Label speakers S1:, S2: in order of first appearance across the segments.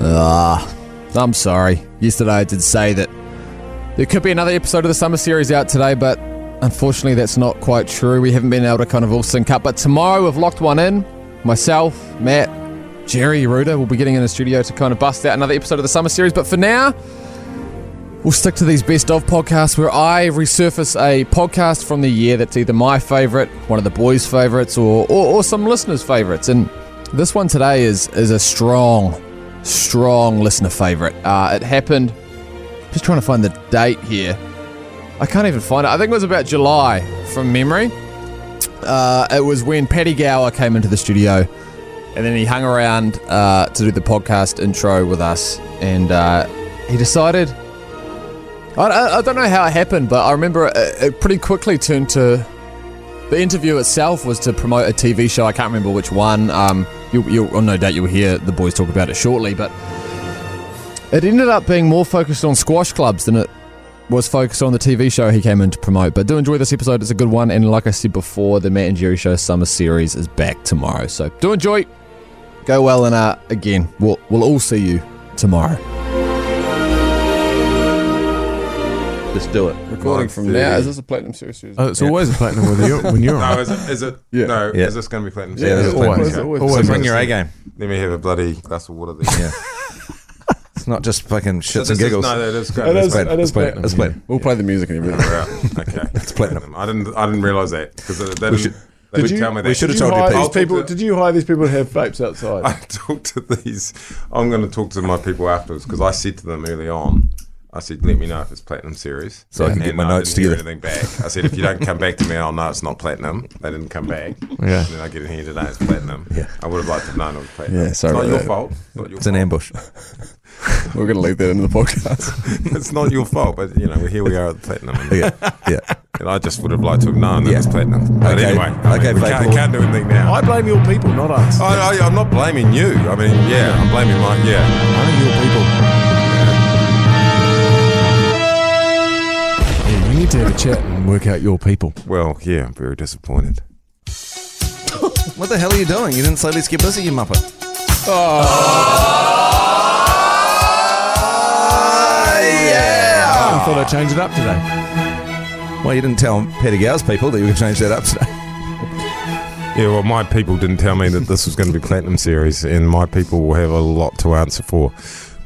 S1: Ah, I'm sorry. Yesterday I did say that there could be another episode of the summer series out today, but unfortunately that's not quite true. We haven't been able to kind of all sync up. But tomorrow we've locked one in. Myself, Matt, Jerry Ruda will be getting in the studio to kind of bust out another episode of the summer series. But for now, We'll stick to these best of podcasts where I resurface a podcast from the year that's either my favourite, one of the boys' favourites, or, or, or some listeners' favourites. And this one today is is a strong, strong listener favourite. Uh, it happened. Just trying to find the date here. I can't even find it. I think it was about July from memory. Uh, it was when Paddy Gower came into the studio and then he hung around uh, to do the podcast intro with us. And uh, he decided I- I, I don't know how it happened, but I remember it, it pretty quickly turned to the interview itself was to promote a TV show. I can't remember which one. Um, you, you'll, well, no doubt you'll hear the boys talk about it shortly, but it ended up being more focused on squash clubs than it was focused on the TV show he came in to promote. But do enjoy this episode; it's a good one. And like I said before, the Matt and Jerry Show summer series is back tomorrow, so do enjoy. Go well, and uh, again, we'll we'll all see you tomorrow.
S2: Let's do it.
S1: Recording from now. Is this a platinum series?
S3: Oh, it's always a platinum whether you're, when you're
S4: No,
S3: on.
S4: Oh, is it? Is it
S1: Yeah.
S4: No,
S2: Yeah.
S4: is this going to be platinum?
S1: Yeah,
S4: series?
S2: this is
S3: always,
S2: platinum.
S3: always,
S2: Okay.
S3: always.
S2: So
S3: always.
S2: bring your A game.
S4: Let me have a bloody glass of water. There.
S2: Yeah. it's not just fucking shits
S4: This
S2: and
S4: is-
S2: giggles.
S4: no, that is great.
S1: It
S2: It's
S1: is-
S2: platinum. It's platinum. It's platinum.
S1: We'll play the music and everything.
S4: We're out. Okay, it's
S2: platinum.
S4: I didn't. I didn't realize that because they didn't.
S2: should-
S4: They
S2: you-
S4: didn't tell me that.
S2: we should have
S3: Did
S2: told
S3: you
S2: you,
S3: hire
S2: Pete.
S3: these
S4: I'll talk
S3: people?
S4: to-
S3: Did you hire these people to have vapes outside?
S4: I talked to these. I'm going to talk to my people afterwards because I said to them early on. I said, "Let me know if it's platinum series."
S2: So I can get
S4: And
S2: my
S4: I
S2: notes
S4: didn't hear
S2: together.
S4: Anything back? I said, "If you don't come back to me, I'll know it's not platinum." They didn't come back.
S3: Yeah.
S4: And then I get in here today. It's platinum.
S2: Yeah.
S4: I would have liked to have known it was platinum.
S1: Yeah, sorry
S4: It's
S1: about
S4: not your
S1: that.
S4: fault. It's not your
S2: It's an ambush.
S1: We're going to leave that into the podcast.
S4: it's not your fault, but you know, here we are at the platinum. And,
S2: Yeah. Yeah.
S4: and I just would have liked to have known that
S2: Yeah.
S4: it's platinum. But
S2: Okay.
S4: anyway, I
S2: Okay,
S4: mean, we
S2: Vape
S4: can't,
S2: Lord.
S4: can't do anything now. I,
S3: I blame your people, not us.
S4: I, I, am not blaming you. I mean, yeah, I'm blaming my yeah.
S3: I blame your people. Yeah, you need to have a chat and work out your people.
S4: Well, yeah, I'm very disappointed.
S2: What the hell are you doing? You didn't say let's get busy, you muppet.
S3: I thought I'd change it up today.
S2: Well, you didn't tell Petty Gow's people that you were going to change that up today.
S4: Yeah, well, my people didn't tell me that this was going to be platinum series, and my people will have a lot to answer for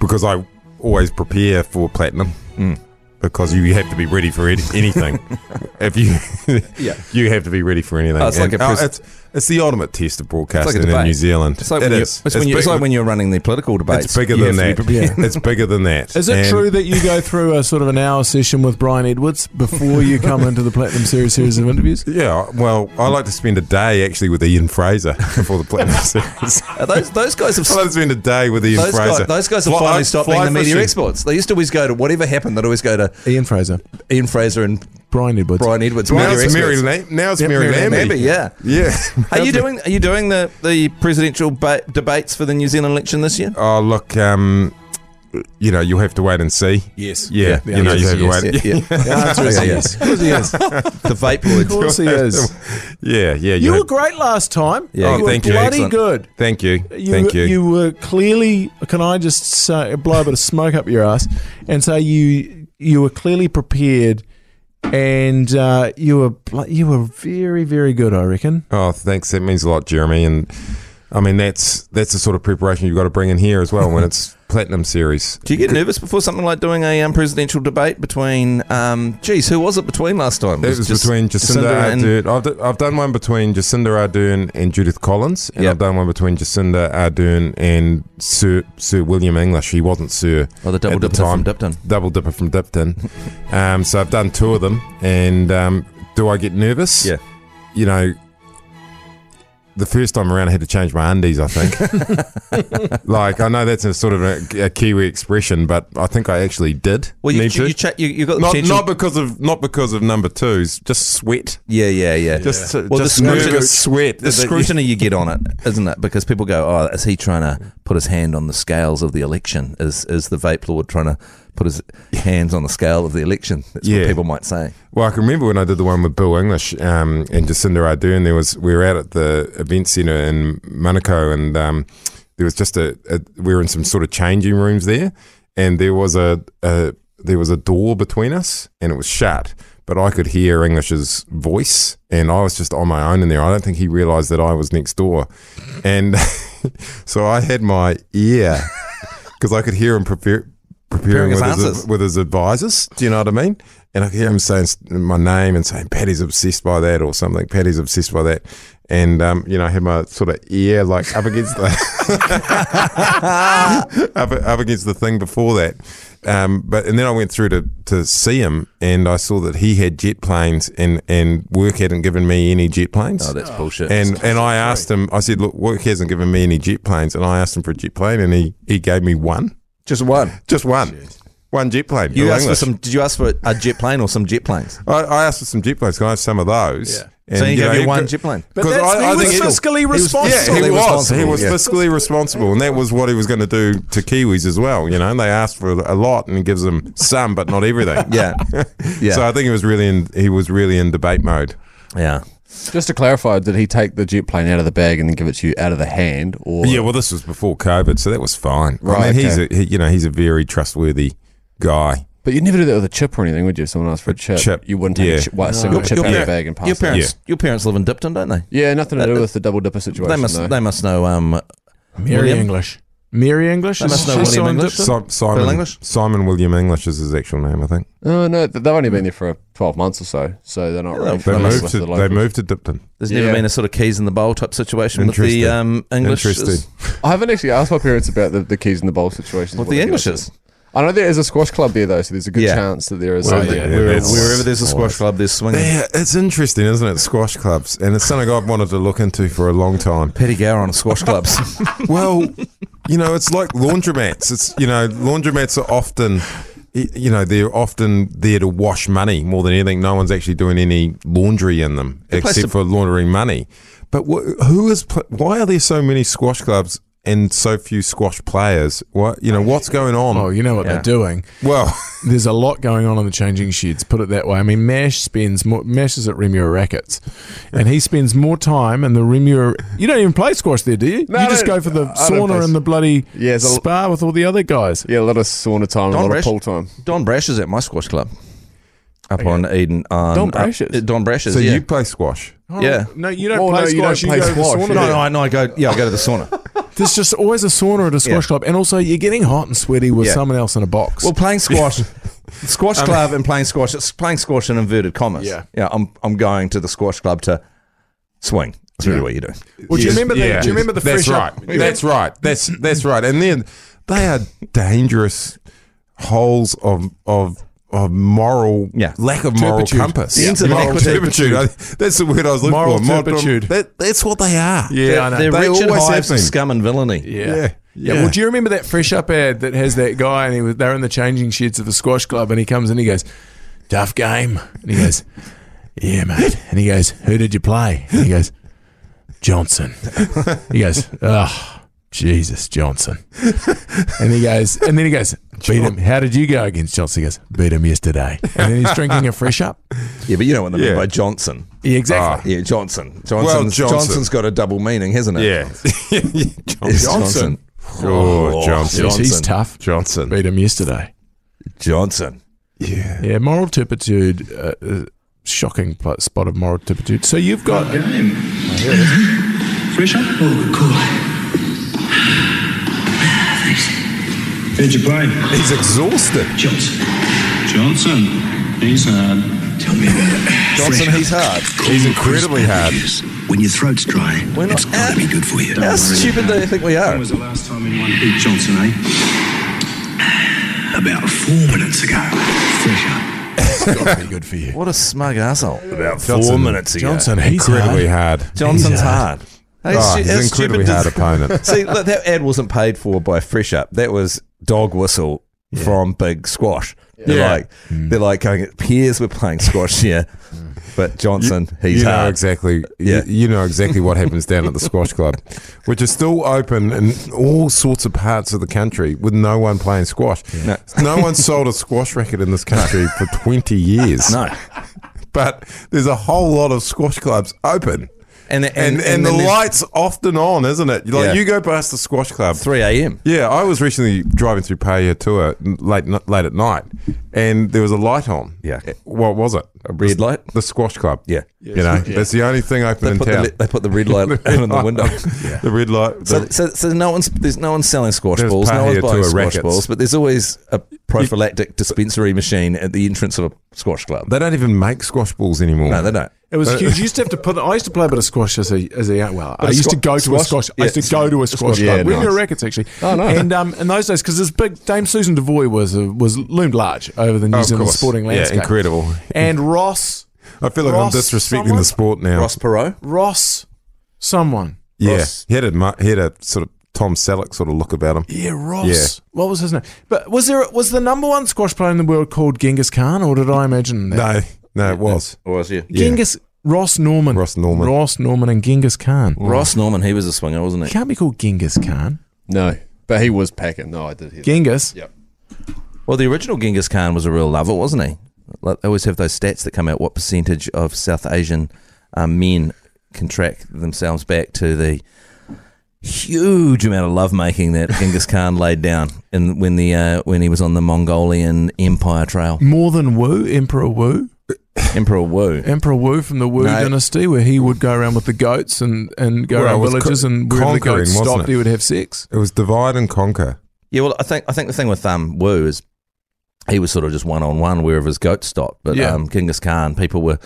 S4: because I always prepare for platinum.
S2: Hmm.
S4: Because you have to be ready for any- anything. if you,
S2: Yeah.
S4: you have to be ready for anything.
S2: Oh, it's like
S4: And,
S2: a pres-
S4: it's, it's the ultimate test of broadcasting in
S2: debate.
S4: New Zealand.
S2: It's like,
S4: It
S2: when, you,
S4: is.
S2: It's when you, it's
S4: big-
S2: like when you're running the political debates.
S4: It's bigger
S2: You
S4: than
S2: have to
S4: that.
S2: be prepared.
S4: It's bigger than that.
S3: Is it
S4: And
S3: true that you go through a sort of an hour session with Brian Edwards before you come into the Platinum Series series of interviews?
S4: Yeah, well, I like to spend a day actually with Ian Fraser before the platinum series.
S2: Uh, those, those guys have.
S4: I like to spend a day with Ian
S2: Those
S4: Fraser.
S2: guys, those guys have
S4: Fly-
S2: finally
S4: I-
S2: stopped
S4: fly
S2: being the media
S4: fishing.
S2: experts. They used to always go to whatever happened. They'd always go to
S3: Ian Fraser,
S2: Ian Fraser and
S3: Brian Edwards.
S2: Brian Edwards.
S4: Now
S2: media
S4: it's Mary,
S2: experts.
S4: La- now it's
S3: Yeah,
S4: Mary,
S3: Mary
S4: Lambie.
S2: Lambie, yeah.
S4: Yeah.
S2: Are you doing? Are you doing the, the presidential ba- debates for the New Zealand election this year?
S4: Oh, look, um, you know, you'll have to wait and see.
S2: Yes.
S4: Yeah,
S3: Yeah,
S4: you know,
S3: yes,
S4: you have to wait.
S2: Yeah, yeah.
S3: The answer is
S2: Yeah, yeah.
S3: yes. Of course he is. Of
S2: the vape lords.
S3: course he is.
S4: Yeah, yeah.
S3: You were
S4: have-
S3: great last time.
S2: Yeah,
S3: you were
S4: thank you.
S3: bloody
S2: Excellent.
S3: good.
S4: Thank you.
S3: You,
S4: Thank you.
S3: were clearly. Can I just say, blow a bit of smoke up your ass and say you you were clearly prepared, and uh, you were blo- you were very very good. I reckon.
S4: Oh, thanks. That means a lot, Jeremy. And I mean, that's that's the sort of preparation you've got to bring in here as well when it's platinum series.
S2: Do you get nervous before something like doing a um, presidential debate between? Um, geez, who was it between last time?
S4: It was,
S2: just
S4: between Jacinda,
S2: and-
S4: Ardern. I've, d- I've done one between Jacinda Ardern and Judith Collins, and
S2: Yep.
S4: I've done one between Jacinda Ardern and Sir Sir William English. He wasn't Sir.
S2: Oh, the double
S4: at the
S2: dipper from
S4: time.
S2: Dipton.
S4: Double dipper from Dipton. um, so I've done two of them, and um, do I get nervous?
S2: Yeah.
S4: You know, the first time around, I had to change my undies. I think. like I know that's a sort of a, a Kiwi expression, but I think I actually did.
S2: Well, you
S4: need
S2: you,
S4: to.
S2: you, cha- you you got the
S4: not,
S2: potential.
S4: not because of not because of number twos, just sweat.
S2: yeah, yeah, yeah.
S4: Just,
S2: Well, the
S4: just
S2: scrutiny-
S4: nervous sweat.
S2: the scrutiny you get on it, isn't it? Because people go, "Oh, is he trying to put his hand on the scales of the election? Is is the vape lord trying to put his hands on the scale of the election?" That's what
S4: Yeah.
S2: people might say.
S4: Well, I can remember when I did the one with Bill English um, and Jacinda Ardern. There was we were out at the event centre in Monaco, and um, there was just a, a we were in some sort of changing rooms there, and there was a, a there was a door between us, and it was shut. But I could hear English's voice, and I was just on my own in there. I don't think he realised that I was next door, and so I had my ear because I could hear him prepare, preparing
S2: Preparing his
S4: with his,
S2: answers.
S4: with his advisors. Do you know what I mean? And I could hear him saying s- my name and saying Patty's obsessed by that or something. Patty's obsessed by that, and um, you know, I had my sort of ear like up against the up, up against the thing before that. Um, but and then I went through to, to see him, and I saw that he had jet planes, and, and work hadn't given me any jet planes.
S2: Oh, that's bullshit.
S4: And and I asked him, I said, look, work hasn't given me any jet planes, and I asked him for a jet plane, and he, he gave me one,
S2: just one.
S4: just one, one jet plane.
S2: You
S4: All
S2: asked for
S4: English.
S2: some. Did you ask for a jet plane or some jet planes?
S4: I, I asked for some jet planes. Can I have some of those?
S3: Yeah.
S2: so you gave
S4: know,
S2: you one
S4: could-
S2: jet plane.
S3: But
S4: 'Cause
S3: that's,
S4: I- I
S3: he
S4: think
S3: was
S4: it-
S3: fiscally
S4: Yeah,
S3: responsible.
S4: he was.
S2: Fiscally
S4: He
S2: responsible,
S4: was
S2: yeah.
S4: fiscally responsible, and that was what he was going to do to Kiwis as well. You know, and they asked for a lot, and he gives them some, but not everything.
S2: Yeah, yeah,
S4: So I think he was really in he was really in debate mode.
S2: yeah.
S1: Just to clarify, did he take the jet plane out of the bag and then give it to you out of the hand, or
S4: Yeah, well, this was before COVID, so that was fine. I
S1: Right,
S4: mean, he's a,
S1: okay.
S4: he, you know he's a very trustworthy guy.
S1: But you'd never do that with a chip or anything, would you? If someone asked for a chip,
S4: chip,
S1: you wouldn't take
S4: yeah.
S1: a, chip, well, a single
S2: Your-
S1: chip
S2: your
S1: out of the
S2: parent-
S1: bag and pass
S2: Your
S1: it.
S2: parents, your parents live in Dipton, don't they?
S1: Yeah, nothing to
S2: Uh,
S1: do with the double dipper situation.
S2: They must,
S1: though.
S2: they must know. Um,
S3: Mary
S2: William?
S3: English. Mary English.
S2: They
S3: Is
S2: must know
S3: she
S2: William
S3: signed
S2: English.
S3: up?
S4: Si- Simon
S2: English?
S4: Simon William English is his actual name, I think.
S1: Oh no, th- they've only been there for twelve months or so, so they're not really.
S4: They
S1: familiar
S4: moved
S1: with
S4: to
S1: the
S4: they
S1: locals.
S4: moved to Dipton.
S2: there's
S1: Yeah.
S2: never been a sort of keys in the bowl type situation with the
S4: Interesting.
S2: um, English.
S4: Interesting.
S1: I haven't actually asked my parents about the, the keys in the bowl situations.
S2: With
S1: what
S2: the
S1: they do.
S2: Englishes.
S1: I know there is a squash club there though, so there's a good
S2: Yeah.
S1: chance that there is.
S4: Well,
S1: something.
S4: yeah,
S2: Wherever,
S4: that's-
S2: wherever there's a squash club, there's swinging.
S4: Yeah, it's interesting, isn't it? Squash clubs, and it's something I've wanted to look into for a long time.
S2: Petty Gower on squash clubs.
S4: Well, you know, it's like laundromats. It's you know, laundromats are often, y- you know, they're often there to wash money more than anything. No one's actually doing any laundry in them
S2: place
S4: except
S2: to-
S4: for laundering money. But wh- who is? pl- Why are there so many squash clubs and so few squash players? What you know? What's going on?
S3: Oh, you know what
S2: Yeah.
S3: they're doing.
S4: well,
S3: There's a lot going on in the changing sheds. Put it that way. I mean, Mash spends more, Mash is at Remura Rackets, and he spends more time in the Remura. You don't even play squash there, do you?
S1: No,
S3: you
S1: I
S3: just
S1: don't-
S3: go for the
S1: I don't play
S3: sauna and the bloody
S1: Yeah, it's a-
S3: spa with all the other guys.
S1: Yeah, a lot of sauna time, and a
S2: Don
S1: lot
S2: Brash-
S1: of pool time.
S2: Don Brash is at my squash club up on Eden. On,
S1: Don Brash
S2: up-
S1: is?
S2: Don Brash is,
S4: so
S2: yeah.
S4: you play squash?
S3: Oh,
S2: Yeah.
S3: No, you don't
S1: Well,
S3: play
S1: no, you
S3: squash.
S1: don't
S3: You,
S1: play
S3: go to the
S1: squash,
S3: sauna.
S1: yeah.
S2: no, no, I know. I go, yeah, I go to the sauna.
S3: There's just always a sauna at a squash club, and also you're getting hot and sweaty with
S2: Yeah.
S3: someone else in a box.
S2: well, playing squash, squash club and playing squash, it's playing squash in inverted commas.
S3: Yeah.
S2: Yeah, I'm, I'm going to the squash club to swing. That's really what you do.
S3: Well, do you
S4: Yes,
S3: remember the?
S4: yeah.
S3: Do you remember the
S4: That's
S3: fresh
S4: right. That's right. That's that's right. And then they are dangerous holes of of of moral
S2: Yeah.
S4: lack of moral
S3: Turpitude.
S4: compass.
S2: The intellectual
S4: Moral turpitude. I- That's the word I was looking
S3: Moral
S4: for.
S3: turpitude.
S4: That, that's what they are.
S3: Yeah, I know.
S2: They're
S4: They
S2: Richard
S4: always have
S2: Hives
S4: been.
S2: of scum and villainy.
S3: Yeah.
S4: Yeah.
S3: yeah.
S4: Yeah.
S3: Well, do you remember that fresh up ad that has that guy and he was, they're in the changing sheds of the squash club and he comes in and he goes, tough game. And he goes, yeah, mate. And he goes, who did you play? And he goes, Johnson. He goes, oh, Jesus, Johnson. And he goes, and then he goes, beat him. How did you go against Johnson? He goes, beat him yesterday. And then he's drinking a fresh up.
S2: Yeah, but you know what they
S4: Yeah.
S2: mean by Johnson.
S3: Yeah, exactly.
S2: Yeah, Johnson. Johnson's,
S4: Johnson.
S2: Johnson's got a double meaning, hasn't it?
S4: Yeah.
S2: It's
S4: Johnson.
S2: Johnson.
S4: Oh, Johnson.
S3: Yes, he's
S2: Johnson.
S3: tough.
S4: Johnson.
S3: Beat him yesterday.
S2: Johnson.
S4: Yeah.
S3: Yeah, moral turpitude. Uh, uh, shocking pl- spot of moral turpitude. So you've got
S5: Game. Fresh up? Oh, cool. Thanks. Did you play?
S4: He's exhausted.
S5: Johnson. Johnson. He's hard. Tell me about it.
S2: Johnson,
S5: Fresh
S2: he's
S5: up.
S2: hard.
S4: He's incredibly hard.
S5: When your throat's dry,
S2: We're not-
S5: it's got to be good for you.
S2: How stupid do you think we
S5: When
S2: are?
S5: was the last time anyone beat Johnson, eh? About four minutes ago. Fresh up.
S3: very good for you,
S2: What a smug asshole. About four
S4: Johnson.
S2: minutes ago.
S3: Johnson. He's
S4: Incredibly
S3: hard.
S4: hard.
S2: Johnson's hard. Hey,
S4: Oh,
S2: stu-
S4: he's
S2: how
S4: an
S2: stupid
S4: incredibly
S2: does-
S4: hard opponent.
S2: See, look, that ad wasn't paid for by Fresh Up. That was dog whistle from Big Squash. They're
S4: Yeah.
S2: like, they're like going. Peers were playing squash here, but Johnson, he's
S4: you know
S2: hard.
S4: exactly.
S2: Yeah.
S4: Yeah. You, know exactly what happens down at the squash club, which is still open in all sorts of parts of the country with no one playing squash. No. one sold a squash racket in this country for twenty years.
S2: No,
S4: But there's a whole lot of squash clubs open.
S2: and and,
S4: And, and, the
S2: then there's
S4: lights often on, isn't it? Like
S2: Yeah.
S4: you go past the squash club.
S2: Three a.m.
S4: Yeah, I was recently driving through Payatua n- late n- late at night, and there was a light on.
S2: Yeah.
S4: Eh, what was it? A
S2: red light?
S4: The squash club.
S2: Yeah.
S4: you know that's the only thing open
S2: They
S4: in
S2: put, the,
S4: town.
S2: li- they put the red light out on the window. yeah.
S4: The red light.
S2: So,
S4: the-
S2: so, so no one's there's no one selling squash
S4: There's
S2: balls, no
S4: Pahia
S2: one's buying
S4: Tour
S2: squash
S4: rackets.
S2: balls, but there's always a prophylactic dispensary machine at the entrance of a squash club.
S4: they don't even make squash balls anymore.
S2: No, they don't.
S3: It was huge. You used to have to put. I used to play a bit of squash as a as a young- well. I used to
S2: squa-
S3: go to a
S2: squash-
S3: squash. I used
S2: yeah,
S3: to go to a squash
S2: yeah,
S3: club. We
S2: nice.
S3: were rackets actually. Oh
S1: no.
S3: And um, in those days, because this big Dame Susan Devoy was a, was loomed large over the New
S4: Of
S3: Zealand
S4: course.
S3: sporting landscape.
S4: Yeah, incredible.
S3: And Ross,
S4: I feel like
S3: Ross
S4: I'm disrespecting
S3: someone?
S4: the sport now.
S2: Ross Perot.
S3: Ross, someone.
S4: yeah,
S2: Ross.
S4: he had a mu- he had a sort of Tom Selleck sort of look about him.
S3: Yeah, Ross.
S4: Yeah.
S3: What was his name? But was there was the number one squash player in the world called Genghis Khan, or did I imagine that?
S4: No, no, it was.
S2: Or was he?
S3: Genghis Ross Norman.
S4: Ross Norman.
S3: Ross Norman and Genghis Khan.
S2: Mm. Ross Norman, he was a swinger, wasn't
S3: He
S2: he?
S3: can't be called Genghis Khan.
S1: No, but he was packing. No, I did hear. That.
S3: Genghis.
S1: Yep.
S2: Well, the original Genghis Khan was a real lover, wasn't he? Like, they always have those stats that come out what percentage of South Asian um, men contract themselves back to the huge amount of lovemaking that Genghis Khan laid down in, when, the, uh, when he was on the Mongolian Empire Trail.
S3: More than Wu, Emperor Wu,
S2: Emperor Wu.
S3: Emperor Wu from the Wu
S2: No.
S3: dynasty, where he would go around with the goats and, and go
S4: Well, it
S3: around
S4: was
S3: villages
S4: co-
S3: and wherever the
S4: conquering,
S3: goats
S4: wasn't
S3: stopped,
S4: it?
S3: he would have sex.
S4: It was divide and conquer.
S2: Yeah, well, I think I think the thing with um, Wu is he was sort of just one on one wherever his goat stopped. But
S3: Yeah.
S2: um, Genghis Khan, people were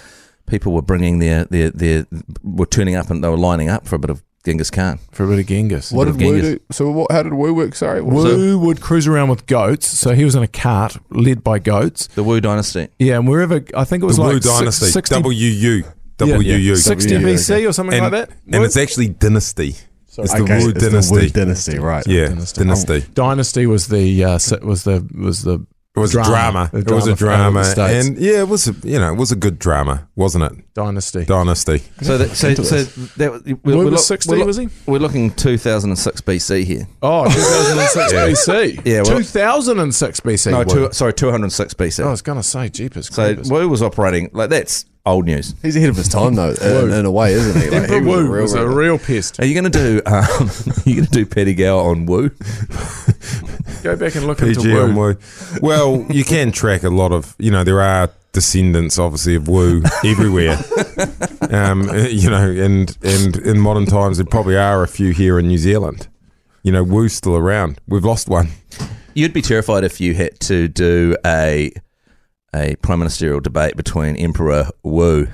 S2: people were bringing their, their their were turning up and they were lining up for a bit of Genghis Khan.
S3: For a bit of Genghis.
S1: What did Woo
S2: Genghis.
S1: do? So what, how did Woo work? Sorry, what was it?
S3: Wu would cruise around with goats, so he was in a cart led by goats.
S2: The Wu dynasty.
S3: Yeah, and wherever I think it
S4: The
S3: was like
S4: Wu
S3: si-
S4: Dynasty.
S3: 60,
S4: WU.
S3: yeah,
S4: WU.
S3: 60
S1: WU,
S3: BC or something
S4: and,
S3: like that.
S4: And
S3: Wu-
S4: it's actually dynasty. It's the
S1: Okay,
S4: Wu
S1: it's the
S4: dynasty.
S1: Wu dynasty, right?
S4: yeah,
S3: Dynasty.
S4: dynasty.
S3: Dynasty was the uh, si- was the was the
S4: It was
S3: Oh. Drama.
S4: drama.
S3: The
S4: It was a
S3: drama from
S4: drama,
S3: the States.
S4: and yeah, it was a, you know it was a good drama, wasn't it?
S3: dynasty.
S4: Dynasty.
S2: So that, so, so that was- we're,
S3: Wu
S2: we're
S3: was
S2: look-
S3: 60,
S2: we're, look-
S3: was he?
S2: we're looking 2006 BC here.
S3: Oh, 2006 BC.
S2: Yeah, well-
S3: 2006 BC.
S2: No,
S3: Wu.
S2: two, sorry, 206 BC.
S3: I was going to say Jeepers.
S2: so
S3: creepers.
S2: Wu was operating like that's old news.
S1: He's ahead of his time though, in, in a way, isn't he? Like, he
S3: Emperor
S1: was a
S3: Wu
S1: real-
S3: was a real pest.
S2: Are you going to do um, are you going to do petty gower on Wu?
S3: Go back and look into
S4: PG
S3: Wu.
S4: on Wu. Well, you can track a lot of you know there are descendants obviously of Wu everywhere. um, eh, you know, and and in modern times there probably are a few here in New Zealand. You know, Wu's still around. We've lost one.
S2: You'd be terrified if you had to do a a prime ministerial debate between Emperor Wu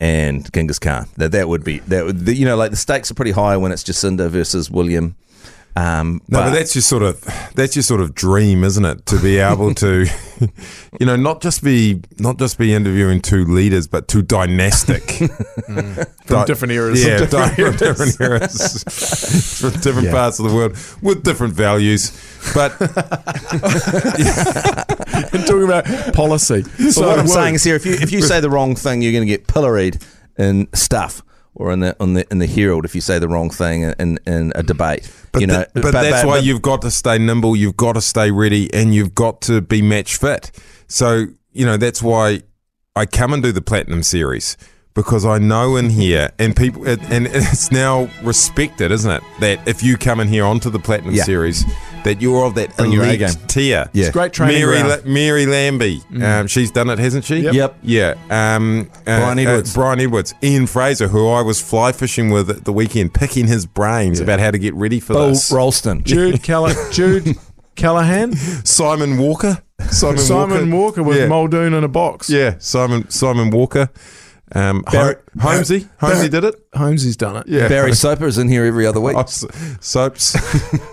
S2: and Genghis Khan. That that would be that would you know like the stakes are pretty high when it's Jacinda versus William. Um,
S4: No, but,
S2: but-
S4: that's your sort of that's your sort of dream, isn't it? To be able to, you know, not just be not just be interviewing two leaders, but two dynastic from
S3: different eras. From
S4: yeah,
S3: different
S4: di- from different eras, from different parts of the world with different values. But
S3: And talking about policy.
S2: So
S3: So
S2: what I'm
S3: Wu-
S2: saying is here, if you if you say the wrong thing, you're going to get pilloried in stuff or in the on the in the Herald if you say the wrong thing in in a debate.
S4: but,
S2: you know,
S4: th- but that's why
S2: but-
S4: you've got to stay nimble, you've got to stay ready, and you've got to be match fit. So you know that's why I come and do the platinum series because I know in here, and people, it, and it's now respected, isn't it? That if you come in here onto the platinum
S2: Yeah.
S4: series, that you're of that
S2: Bring your A
S4: elite
S2: game.
S4: tier.
S2: Yeah.
S3: Great training
S4: Mary,
S3: ground.
S4: La- Mary Lambie, um, she's done it, hasn't she?
S3: Yep.
S2: Mm-hmm. Yep.
S4: Yeah. Um, uh,
S2: Brian Edwards.
S4: Uh, Brian Edwards. Ian Fraser, who I was fly fishing with at the weekend, picking his brains about how to get ready for
S3: Oh,
S2: Bill
S4: this.
S2: Ralston.
S3: Jude, Calla- Jude Callahan,
S4: Simon Walker. Simon,
S3: Simon Walker, with
S4: yeah.
S3: Muldoon in a box.
S4: Yeah, Simon Simon Walker. Um,
S2: Barry-
S4: Ho- Holmesy. Holmesy did it.
S3: Holmesy's done it.
S4: Yeah.
S2: Barry Soper is in here every other week.
S4: Oh, S- Soaps.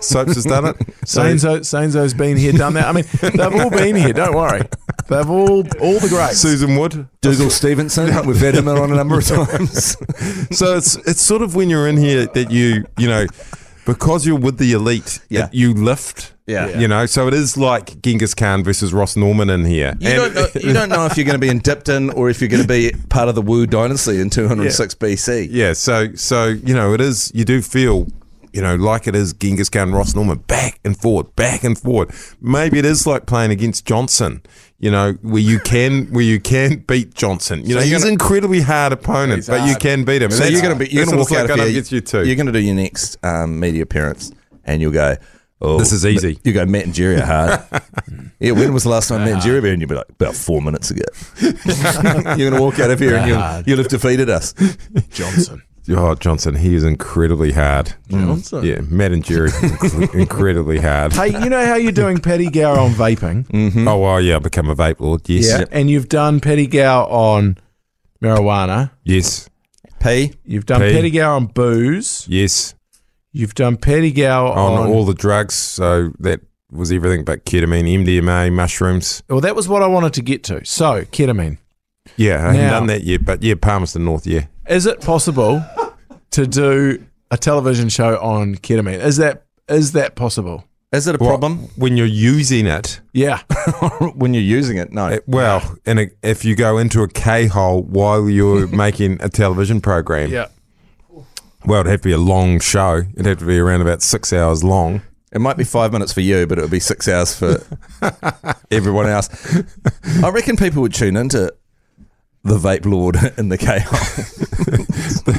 S4: Soaps has done it. So,
S3: Sainzo, Sainzo's been here, done that. I mean, they've all been here. Don't worry, they've all all the greats.
S4: Susan Wood.
S2: Dougal Stevenson. We've had him on a number of times.
S4: So it's it's sort of when you're in here that you you know because you're with the elite,
S2: Yeah.
S4: it- you lift.
S2: Yeah.
S4: You know, so it is like Genghis Khan versus Ross Norman in here.
S2: You
S4: And-
S2: don't, know, you don't know if you're going to be in Dipton or if you're going to be part of the Wu dynasty in 206 BC.
S4: yeah, so so you know, it is you do feel you know, like it is Genghis Khan, Ross Norman, back and forward, back and forward. Maybe it is like playing against Johnson, you know, where you can where you can beat Johnson. You know, he's
S2: you're
S4: an
S2: gonna-
S4: incredibly hard opponent, but you
S1: hard.
S4: can beat him. And
S2: So
S4: that's-
S2: you're going to be you're
S4: that's
S2: going to
S4: what
S2: walk
S4: it's
S2: out
S4: like going
S2: of here.
S4: up against you too.
S2: You're going to do your next um, media appearance, and you'll go, "Oh,
S4: This is easy.
S2: You go, Matt and Jerry are hard. yeah, when was the last time Matt and Jerry were? here? And you'll be like, about four minutes ago. you're going to walk out of here, and you'll, you'll have defeated us.
S3: Johnson.
S4: oh, Johnson, he is incredibly hard.
S3: Johnson.
S4: Yeah, Matt and Jerry, inc- incredibly hard.
S3: Hey, you know how you're doing Petty Gow on vaping?
S4: Oh, well, yeah, I become a vape lord. Yes,
S3: Yeah. And you've done Petty Gow on marijuana.
S4: yes,
S2: P.
S3: You've done
S4: Pete.
S3: Petty Gow on booze.
S4: yes.
S3: You've done Petty Gow
S4: on,
S3: on.
S4: all the drugs. So that was everything but ketamine, MDMA, mushrooms.
S3: well, that was what I wanted to get to. So, ketamine.
S4: Yeah, I haven't
S3: Now-
S4: done that yet, but yeah, Palmerston North, yeah.
S3: Is it possible to do a television show on ketamine? Is that is that possible?
S2: Is it a
S4: Well,
S2: problem
S4: When you're using it,
S3: Yeah.
S2: when you're using it? No.
S4: it- well, and it- if you go into a K hole while you're making a television program,
S3: Yeah.
S4: well, it'd have to be a long show. It'd have to be around about six hours long.
S2: It might be five minutes for you, but it would be six hours for everyone else. I reckon people would tune into the vape lord in the K hole.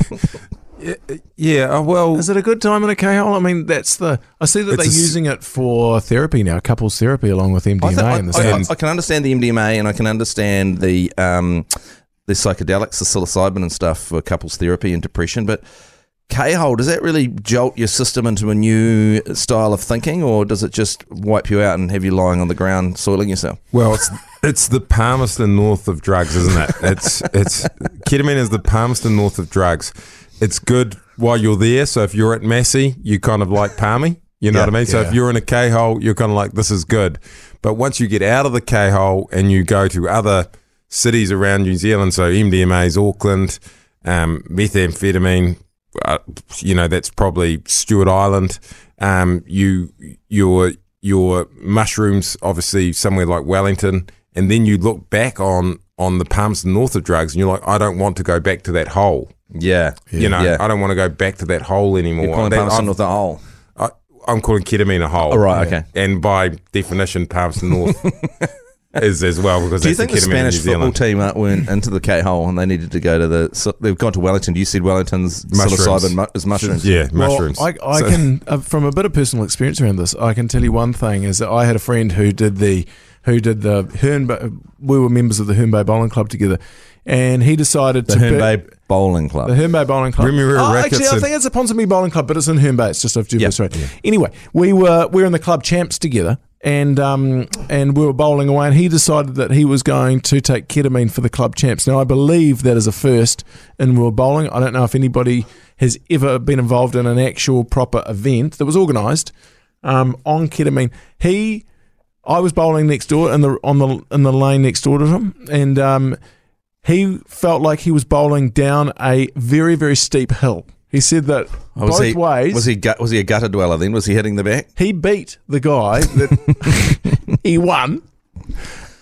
S4: Yeah, oh, well,
S3: Is it a good time in a K hole? I mean, that's the. I see that
S4: It's
S3: they're
S4: a s-
S3: using it for therapy now, couples therapy, along with MDMA
S2: I, think- I-
S3: and the
S2: I-
S3: stuff.
S2: I can understand the MDMA and I can understand the um, the psychedelics, the psilocybin and stuff for couples therapy and depression. But K hole does that really jolt your system into a new style of thinking, or does it just wipe you out and have you lying on the ground soiling yourself?
S4: well, it's it's the Palmerston North of drugs, isn't it? It's it's ketamine is the Palmerston North of drugs. It's good while you're there. So if you're at Massey, you kind of like Palmy. You know
S2: Yeah,
S4: what I mean? So if you're in a K hole, you're kind of like, this is good. But once you get out of the K hole and you go to other cities around New Zealand, so MDMA's Auckland, um, methamphetamine, uh, you know, that's probably Stewart Island. Um, you, your, your mushrooms, obviously somewhere like Wellington. And then you look back on, on the palms north of drugs and you're like, I don't want to go back to that hole.
S2: Yeah,
S4: You know,
S2: yeah.
S4: I don't want to go back to that hole anymore.
S2: You're calling
S4: That-
S2: Palmerston
S4: I've-
S2: North a hole.
S4: I, I'm calling ketamine a hole.
S2: Oh, right, okay.
S4: And by definition, Palmerston North is as well because
S2: Do you
S4: that's
S2: think
S4: the
S2: the
S4: ketamine
S2: Spanish
S4: in New
S2: football
S4: Zealand.
S2: team uh, weren't into the K hole and they needed to go to the? So they've gone to Wellington. You said Wellington's
S4: Mushrooms.
S2: psilocybin mu- is mushrooms.
S4: yeah,
S3: Well,
S4: mushrooms.
S3: I, I
S4: So-
S3: can, uh, from a bit of personal experience around this, I can tell you one thing is that I had a friend who did the, who did the Herne Bay, we were members of the Herne Bay Bowling Club together, and he decided
S2: the
S3: to
S2: Herne
S3: pick-
S2: Bay Bowling
S3: The
S2: Club.
S3: Herne Bay Bowling Club.
S4: Remuera
S3: oh,
S4: Rackets
S3: actually, I
S4: and-
S3: think it's the Ponsonby Bowling Club, but it's in Herne Bay. It's just off
S2: Yeah.
S3: Jubilee Road. Anyway, we were we were in the club champs together, and um and we were bowling away, and he decided that he was going to take ketamine for the club champs. Now I believe that is a first in world bowling. I don't know if anybody has ever been involved in an actual proper event that was organised um, on ketamine. He I was bowling next door in the on the in the lane next door to him, and um, he felt like he was bowling down a very very steep hill. He said that
S2: Oh, was
S3: both
S2: he,
S3: ways
S2: Was he gut, was he a gutter dweller then? Was he hitting the back?
S3: he beat the guy that he won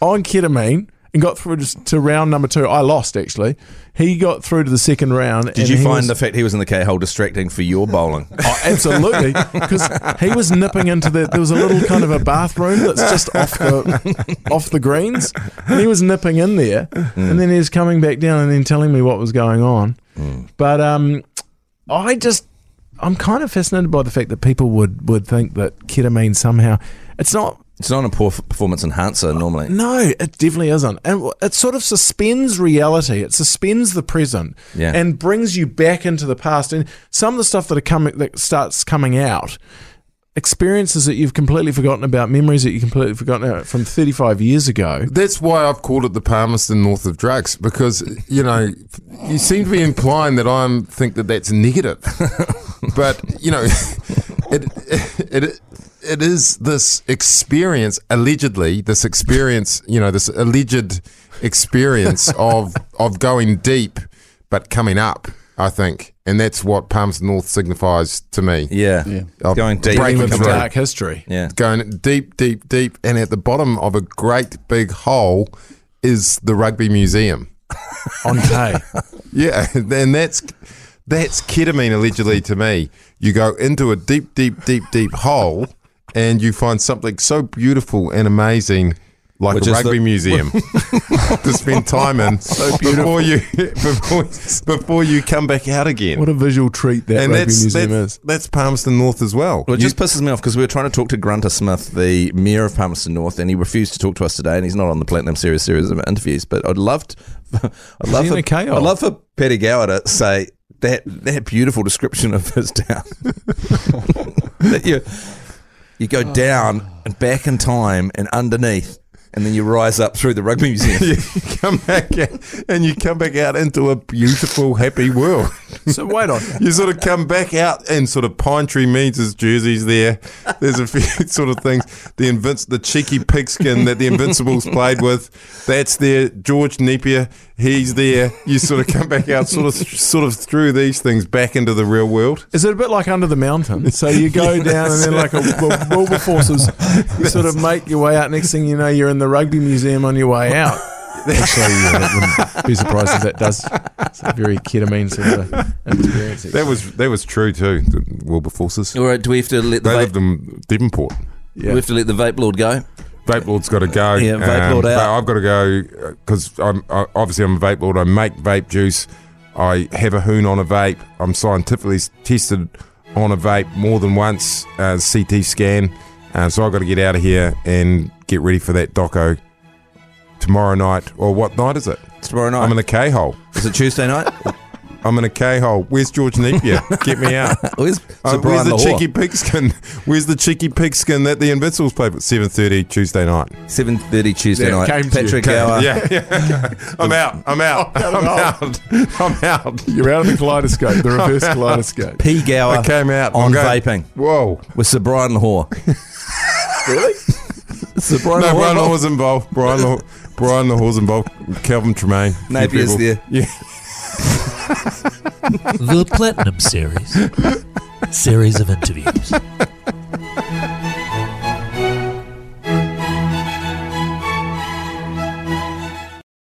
S3: on ketamine and got through to round number two. I lost actually. He got through to the second round.
S2: Did you find the fact he was in the K hole distracting for your bowling?
S3: Oh, absolutely, because he was nipping into the. There was a little kind of a bathroom that's just off the off the greens, and he was nipping in there, and then he was coming back down and then telling me what was going on. But um, I just I'm kind of fascinated by the fact that people would would think that ketamine somehow it's not.
S2: it's not a poor f- performance enhancer normally.
S3: No, it definitely isn't, and it sort of suspends reality. It suspends the present,
S2: Yeah.
S3: and brings you back into the past. And some of the stuff that are coming that starts coming out, experiences that you've completely forgotten about, memories that you completely forgotten about from 35 years ago.
S4: That's why I've called it the Palmerston North of drugs because you know you seem to be implying that I'm think that that's negative, but you know it it it is this experience allegedly this experience you know this alleged experience of of going deep but coming up I think and that's what Palmerston North signifies to me.
S2: Yeah.
S4: Of
S2: Going deep.
S4: breaking
S2: Even
S3: With
S4: through
S3: dark history.
S2: Yeah.
S4: going deep, deep, deep, and at the bottom of a great big hole is the rugby museum.
S3: On K.
S4: Yeah, and that's That's ketamine, allegedly, to me. You go into a deep, deep, deep, deep hole and you find something so beautiful and amazing. Like
S2: Which
S4: a
S2: is
S4: rugby
S2: the-
S4: museum to spend time in before you before, before you come back out again,
S3: What a visual treat that
S4: and
S3: rugby
S4: that's
S3: museum
S4: that's,
S3: is.
S4: that's Palmerston North as well.
S2: Well, it
S4: You-
S2: just pisses me off because we were trying to talk to Grunter Smith, the mayor of Palmerston North, and he refused to talk to us today, and he's not on the Platinum Series series of interviews. But I'd love, to, I'd love
S3: he
S2: for,
S3: in a KO?
S2: I'd love for Petty Gower to say that that beautiful description of his town. that you you go
S4: Oh.
S2: down and back in time and underneath, and then you rise up through the rugby museum.
S4: you come back out, and you come back out into a beautiful, happy world.
S3: So wait on.
S4: You sort of come back out, and sort of pine tree means his jerseys there. There's a few sort of things. The invinc- the cheeky pigskin that the Invincibles played with, that's there. George Napier, he's there. You sort of come back out, sort of sort of through these things back into the real world.
S3: Is it a bit like under the mountain? So you go down and then like a Wil- Wilberforce's, you sort of make your way out. Next thing you know, you're in the rugby museum on your way out. Actually, yeah, that wouldn't be surprised if that does. It's a very ketamine sort of experience.
S4: That was that was true too. The Wilberforces.
S2: All right, do we have to let the
S4: They
S2: vape,
S4: lived in Devonport.
S2: we have to let the vape lord go?
S4: Vape Lord's got to go.
S2: Yeah, Vape Lord out.
S4: but I've got to go because I'm I, obviously I'm a Vape Lord. I make vape juice. I have a hoon on a vape. I'm scientifically s- tested on a vape more than once. Uh, CT scan. Uh, so I've got to get out of here and get ready for that doco tomorrow night. Or what night is it?
S2: It's tomorrow night.
S4: I'm in a K hole.
S2: Is it Tuesday night?
S4: I'm in a K hole. Where's George Napier? get me out.
S2: Where's,
S4: Uh, where's the cheeky pigskin? Where's the cheeky pigskin that the Invincibles played at 7:30 Tuesday night?
S2: Seven thirty Tuesday
S3: Yeah, it
S2: night.
S3: came to you.
S2: Patrick Gower.
S4: Yeah, yeah. I'm out. I'm out. I'm out. I'm out.
S2: Uh,
S3: You're out of the kaleidoscope, the reverse kaleidoscope.
S2: P. Gower
S4: I came out
S2: on
S4: I'm going-
S2: vaping
S4: Whoa.
S2: with Sir Brian Lahore. really? Sir Brian
S4: No, Brian
S2: Lahore.
S4: Law was involved. Brian Law, Brian Law was involved. Calvin Tremaine. a few
S2: Napier's
S4: people.
S2: there.
S4: Yeah.
S6: The Platinum Series. Series of interviews.